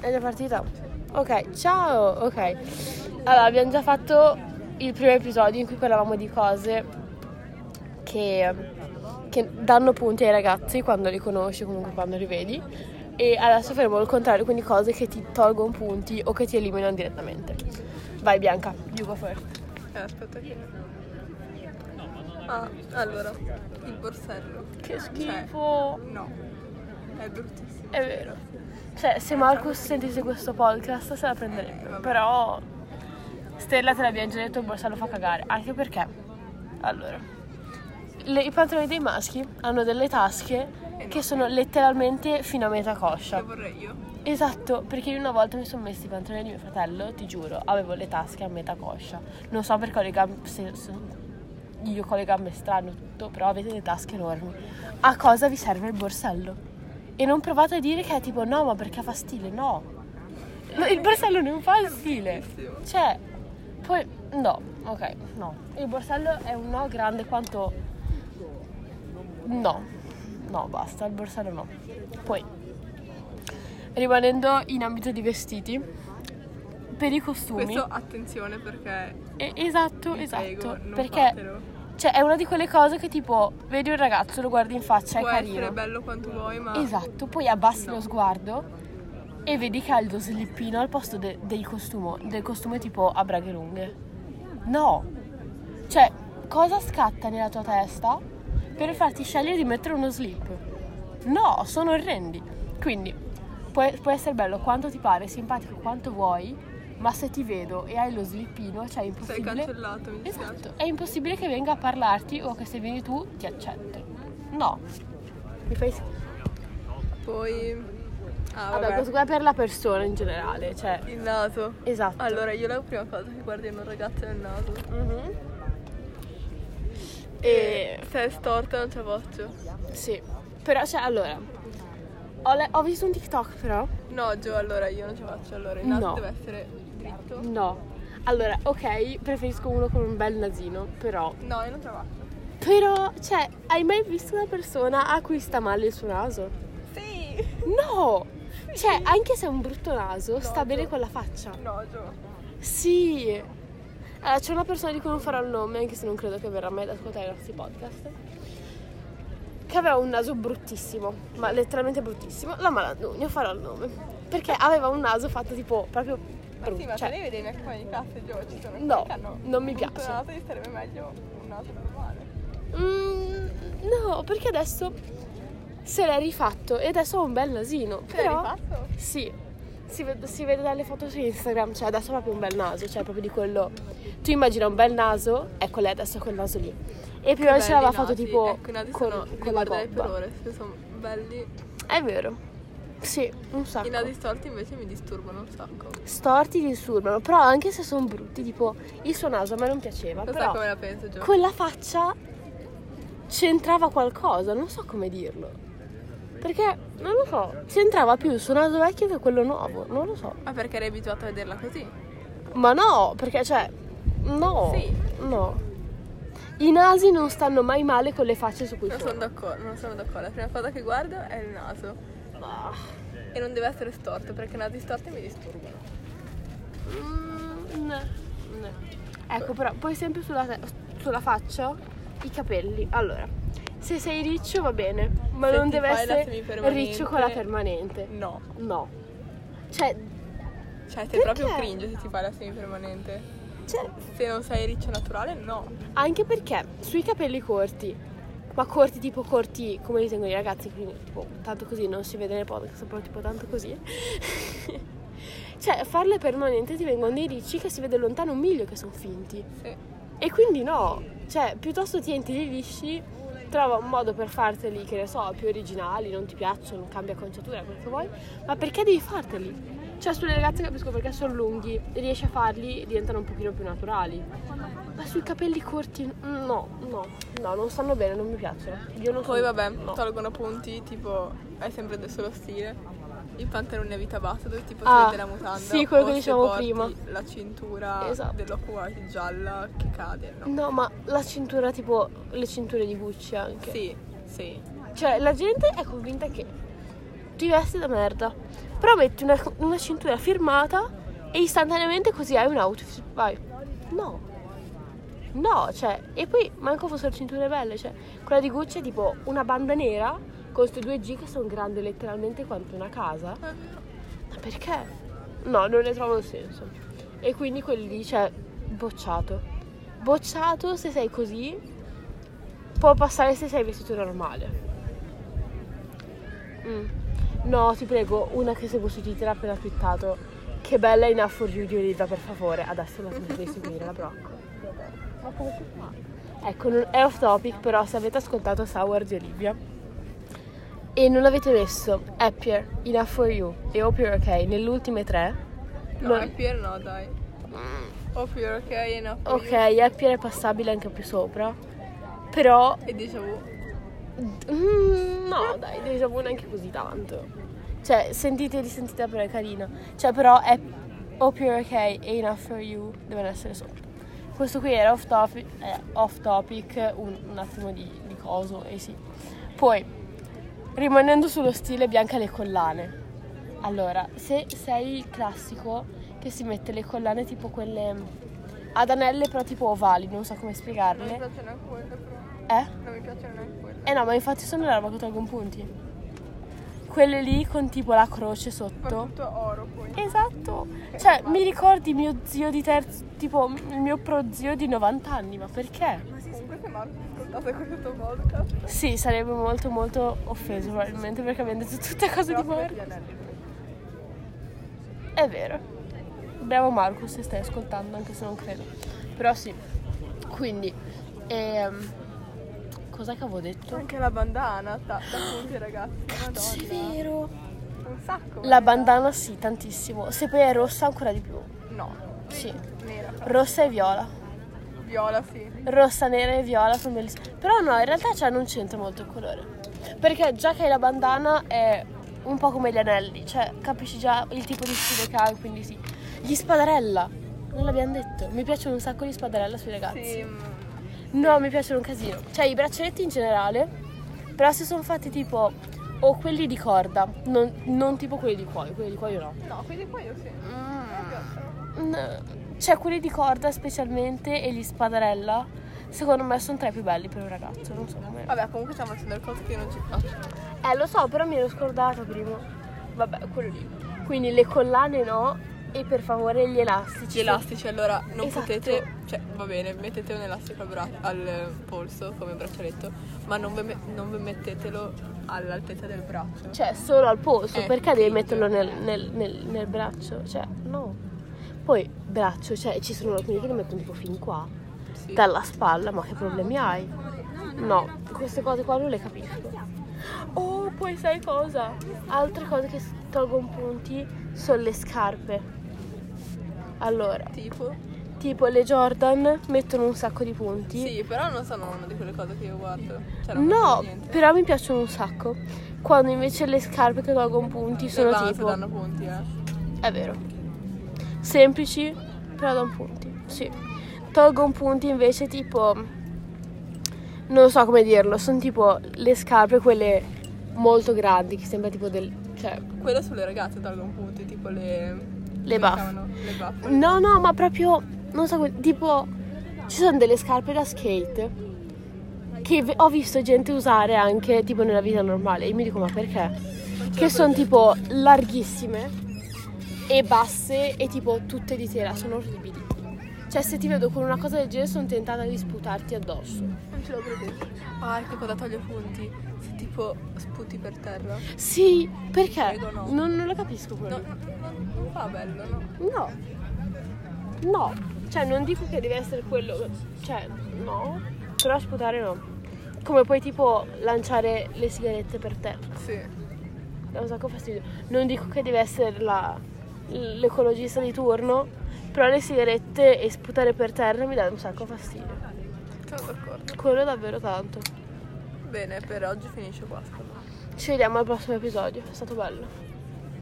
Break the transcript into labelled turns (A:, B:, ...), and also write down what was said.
A: È già partita? Ok, ciao! Ok. Allora, abbiamo già fatto il primo episodio in cui parlavamo di cose che, che danno punti ai ragazzi quando li conosci, comunque quando li vedi. E adesso faremo il contrario, quindi cose che ti tolgono punti o che ti eliminano direttamente. Vai Bianca, you go first.
B: Eh, aspetta che... Ah, allora, il borsello.
A: Che
B: schifo. No, è bruttissimo.
A: È vero. Cioè, se Marcus sentisse questo podcast se la prenderebbe. Però Stella te l'abbiamo già detto, il borsello fa cagare. Anche perché, allora, le- i pantaloni dei maschi hanno delle tasche che sono letteralmente fino a metà
B: Lo
A: coscia.
B: vorrei io.
A: Esatto, perché io una volta mi sono messi i pantaloni di mio fratello, ti giuro, avevo le tasche a metà coscia. Non so perché ho le gambe. se- se- io con le gambe strano tutto, però avete le tasche enormi. A cosa vi serve il borsello? E non provate a dire che è tipo no, ma perché fa stile? No. No, Il borsello non fa il stile. Cioè, poi no, ok, no. Il borsello è un no grande quanto No. No, basta, il borsello no. Poi rimanendo in ambito di vestiti per i costumi.
B: Questo attenzione perché
A: Eh, esatto,
B: vi
A: esatto.
B: prego, non
A: perché
B: fatelo.
A: cioè, è una di quelle cose che tipo vedi un ragazzo, lo guardi in faccia,
B: può
A: è
B: essere
A: carino.
B: bello quanto vuoi, ma
A: Esatto, poi abbassi lo sguardo e vedi che ha il slippino al posto de- del, costumo, del costume tipo a braghe lunghe. No! Cioè, cosa scatta nella tua testa per farti scegliere di mettere uno slip? No, sono orrendi. Quindi, può, può essere bello quanto ti pare, simpatico quanto vuoi, ma se ti vedo e hai lo slippino, cioè è
B: sei
A: impossibile...
B: cancellato, mi dispiace.
A: Esatto, è impossibile che venga a parlarti o che se vieni tu ti accetto. No. Mi fai schifo.
B: Poi ah,
A: Vabbè,
B: vabbè.
A: questo qua è per la persona in generale, cioè.
B: il naso.
A: Esatto.
B: Allora, io la prima cosa che guardi in un ragazzo è il naso.
A: Mhm. E
B: Se è storta non ce la faccio.
A: sì. Però cioè, allora. Ho, le- ho visto un TikTok però.
B: No, Gio, allora io non ce la faccio. Allora, il naso
A: No.
B: deve essere dritto.
A: No. Allora, ok, preferisco uno con un bel nasino, però.
B: No, io non ce la faccio.
A: Però, cioè, hai mai visto una persona a cui sta male il suo naso?
B: Sì.
A: No! Cioè, anche se è un brutto naso, sta
B: No,
A: bene
B: no.
A: con la faccia.
B: No, Gio.
A: Sì. Allora, c'è una persona di cui non farò il nome, anche se non credo che verrà mai ad ascoltare i nostri podcast. Che aveva un naso bruttissimo, ma letteralmente bruttissimo. La Malandugno farò il nome. Perché aveva un naso fatto tipo proprio
B: Ma sì,
A: brutto.
B: ma te ne
A: Cioè,
B: vedi neanche come di classe, Gio? Ci sono in
A: No,
B: carica? no.
A: non mi
B: Un
A: piace.
B: brutto naso gli sarebbe meglio un naso normale.
A: mm, no, perché adesso se l'è rifatto e adesso ha un bel nasino.
B: Te
A: però,
B: l'hai rifatto?
A: Sì, si vede, si vede dalle foto su Instagram, cioè adesso ha proprio un bel naso, cioè proprio di quello... Tu immagina un bel naso, ecco lei adesso ha quel naso lì. E prima
B: Belli
A: ce l'aveva
B: i
A: fatto
B: nasi.
A: tipo
B: ecco, i nasi
A: con,
B: sono,
A: con la
B: guarda il
A: gobba.
B: colore, se sono belli.
A: È vero. Sì, un sacco.
B: I nasi storti invece mi disturbano un sacco. Non
A: Storti ti disturbano, però anche se sono brutti, tipo il suo naso a me non piaceva,
B: sai
A: però
B: come la penso, Gio.
A: quella faccia c'entrava qualcosa, non so come dirlo. Perché, non lo so, c'entrava più il suo naso vecchio che quello nuovo, non lo so.
B: Ma perché eri abituato a vederla così?
A: Ma no, perché cioè, no,
B: Sì.
A: no. I nasi non stanno mai male con le facce su cui
B: Non sono
A: sono.
B: d'accordo, non sono d'accordo. La prima cosa che guardo è il naso.
A: Ah,
B: E non deve essere storto, perché i nasi storti mi disturbano.
A: mm, ne, ne. Ecco, però, poi sempre sulla, te- sulla faccia, i capelli. Allora, se sei riccio va bene, ma
B: Se
A: non
B: ti
A: deve
B: fai la
A: essere
B: semipermanente- Mm.
A: riccio con la permanente.
B: No.
A: No. Cioè,
B: Cioè, sei proprio
A: Perché?
B: cringe se ti fai la semipermanente.
A: cioè,
B: Se non sei riccio naturale, no.
A: Anche perché sui capelli corti, ma corti tipo corti come li tengono i ragazzi, quindi tipo tanto così, non si vede nel podcast, però tipo tanto così. cioè, farle permanente ti vengono dei ricci che si vede lontano un miglio che sono finti.
B: Sì.
A: E quindi no, cioè, piuttosto tientili lisci, trova un modo per farteli, che ne so, più originali, non ti piacciono, cambia conciatura, quello che vuoi, ma perché devi farteli? Cioè, sulle ragazze capisco perché sono lunghi, riesci a farli, diventano un pochino più naturali. Ma sui capelli corti, no, no, no, non stanno bene, non mi piacciono. Io non
B: Poi
A: sono-
B: vabbè,
A: no.
B: tolgono punti, tipo, hai sempre del solo stile. I pantaloni a vita bassa dove tipo
A: Ah,
B: si vede la mutanda.
A: sì, quello
B: o
A: che
B: se
A: dicevamo
B: porti
A: prima.
B: La cintura
A: Esatto.
B: dell'off-white gialla che cade, no?
A: No, ma la cintura, tipo, le cinture di Gucci anche.
B: Sì, sì.
A: Cioè, la gente è convinta che ti vesti da merda. Però metti una, una cintura firmata e istantaneamente così hai un outfit. Vai. No. No, cioè, e poi manco fossero cinture belle, cioè, quella di Gucci è tipo una banda nera con queste due G che sono grandi letteralmente quanto una casa. Ma perché? No, non ne trovo il senso. E quindi quelli lì, cioè, bocciato. Bocciato se sei così, può passare se sei vestito normale. Mm. No, ti prego, una che sei vestito te l'ha appena twittato. Che bella in for You di Oliva, per favore. Adesso la smetti di seguire la Brocco. Ma come si fa? Ecco, non- è off topic, però se avete ascoltato Sour di Olivia e non avete messo Happier, Enough For You e Hope You're Okay nelle ultime tre,
B: No,
A: non-
B: è più no, dai. O più ok e no. più
A: ok, Happier è passabile anche più sopra, però
B: E déjà vu.
A: Mm, no, dai, déjà vu neanche così tanto. Cioè, sentite e risentite però è carina. Cioè, però è Hope You're Okay e Enough For You devono essere sopra. Questo qui era off topic, eh, off topic, un, un attimo di, di coso, e sì. Poi, rimanendo sullo stile bianca le collane. Allora, se sei il classico che si mette le collane tipo quelle mm, ad anelle però tipo ovali, non so come
B: Non mi
A: spiegarle.
B: piace neanche quello, però.
A: Eh?
B: Non mi piace neanche quello.
A: Eh no, ma infatti sono la roba che tolgono punti. Quelle lì con tipo la croce
B: Fa
A: sotto.
B: tutto oro poi.
A: Esatto. Cioè, mi ricordi mio zio di terzo, tipo il mio prozio di 90 anni, ma perché?
B: Comunque se Marco ascoltate questo tuo podcast.
A: Sì, sarebbe molto molto offeso probabilmente perché mi hanno detto tutte cose di
B: però
A: Marco.
B: gli anelli.
A: È vero. Bravo Marco se stai ascoltando, anche se non credo. Però sì. Quindi, ehm, cos'è che avevo detto?
B: Anche la bandana ta- da punti ragazzi.
A: Cazzo, è
B: Madonna.
A: vero.
B: Un sacco.
A: La
B: guarda.
A: bandana sì, tantissimo. Se poi è rossa ancora di più.
B: No.
A: Sì.
B: Nera. fra-
A: Rossa e viola.
B: Viola sì.
A: Rossa, nera e viola sono bellissime. Però no, in realtà cioè, non c'entra molto il colore. Perché già che hai la bandana è un po' come gli anelli, cioè capisci già il tipo di stile che ha, quindi sì. Gli spadarella, non l'abbiamo detto. Mi piacciono un sacco gli spadarella sui ragazzi.
B: Sì. mm,
A: No, mi piacciono un casino. Cioè i braccialetti in generale, però se sono fatti tipo o quelli di corda, non, non tipo quelli di cuoio, quelli di cuoio no.
B: No, quindi poi io sì. Mi piacciono.
A: Mm, Cioè, quelli di corda specialmente e gli spadarella, secondo me sono tra i più belli per un ragazzo, non so come.
B: Vabbè, comunque stiamo facendo il coso che io non ci faccio.
A: Eh, lo so, però mi ero scordata prima. Vabbè, quello lì. Quindi le collane no e per favore gli elastici.
B: Gli elastici allora non
A: Ah, Esatto.
B: potete, cioè va bene, mettete un elastico al, bra- al polso come braccialetto, ma non ve, me- non ve mettetelo all'altezza del braccio.
A: Cioè, solo al polso,
B: Eh,
A: perché devi
B: capito.
A: metterlo nel, nel- nel- nel braccio? Cioè, no. Poi, braccio, cioè, ci sono alcuni che lo mettono tipo fin qua,
B: Sì.
A: dalla spalla, ma che problemi hai? No, queste cose qua non le capisco. Oh, poi sai cosa? Altre cose che s- tolgono punti sono le scarpe. Allora,
B: Tipo?
A: tipo le Jordan mettono un sacco di punti.
B: Sì, però non sono una di quelle cose che io guardo. Cioè, non guardo
A: No,
B: niente.
A: però mi piacciono un sacco. Quando invece le scarpe che tolgono punti sono
B: Le Vans
A: tipo...
B: danno punti, eh.
A: È vero. Semplici, però da un punti. Sì. Tolgo un punto invece tipo... Non so come dirlo, sono tipo le scarpe quelle molto grandi, che sembra tipo del... cioè...
B: Quelle sulle ragazze tolgono punti, tipo le... come si
A: buff.
B: chiamano? Le buff.
A: No, no, ma proprio... non so come... tipo... Ci sono delle scarpe da skate che ve- ho visto gente usare anche tipo nella vita normale. Io mi dico ma perché? Che sono tipo larghissime e basse e tipo tutte di tela, sono orribili. Cioè se ti vedo con una cosa del genere sono tentata di sputarti addosso.
B: Non ce l'ho creduto. Ah, ecco cosa toglie punti. Se tipo sputi per terra.
A: Sì, perché?
B: Prego, no.
A: Non, non lo capisco quello.
B: No, no, no, non fa bello, no.
A: No. No. Cioè, non dico che deve essere quello. Cioè, no. Però sputare no. Come poi tipo lanciare le sigarette per te.
B: Sì.
A: Dà un sacco fastidio. Non dico che deve essere la- l'ecologista di turno. Però le sigarette e sputare per terra mi danno un sacco fastidio.
B: Sono d'accordo.
A: Quello davvero tanto.
B: Bene, per oggi finisce qua. secondo me.
A: Ci vediamo al prossimo episodio. È stato bello.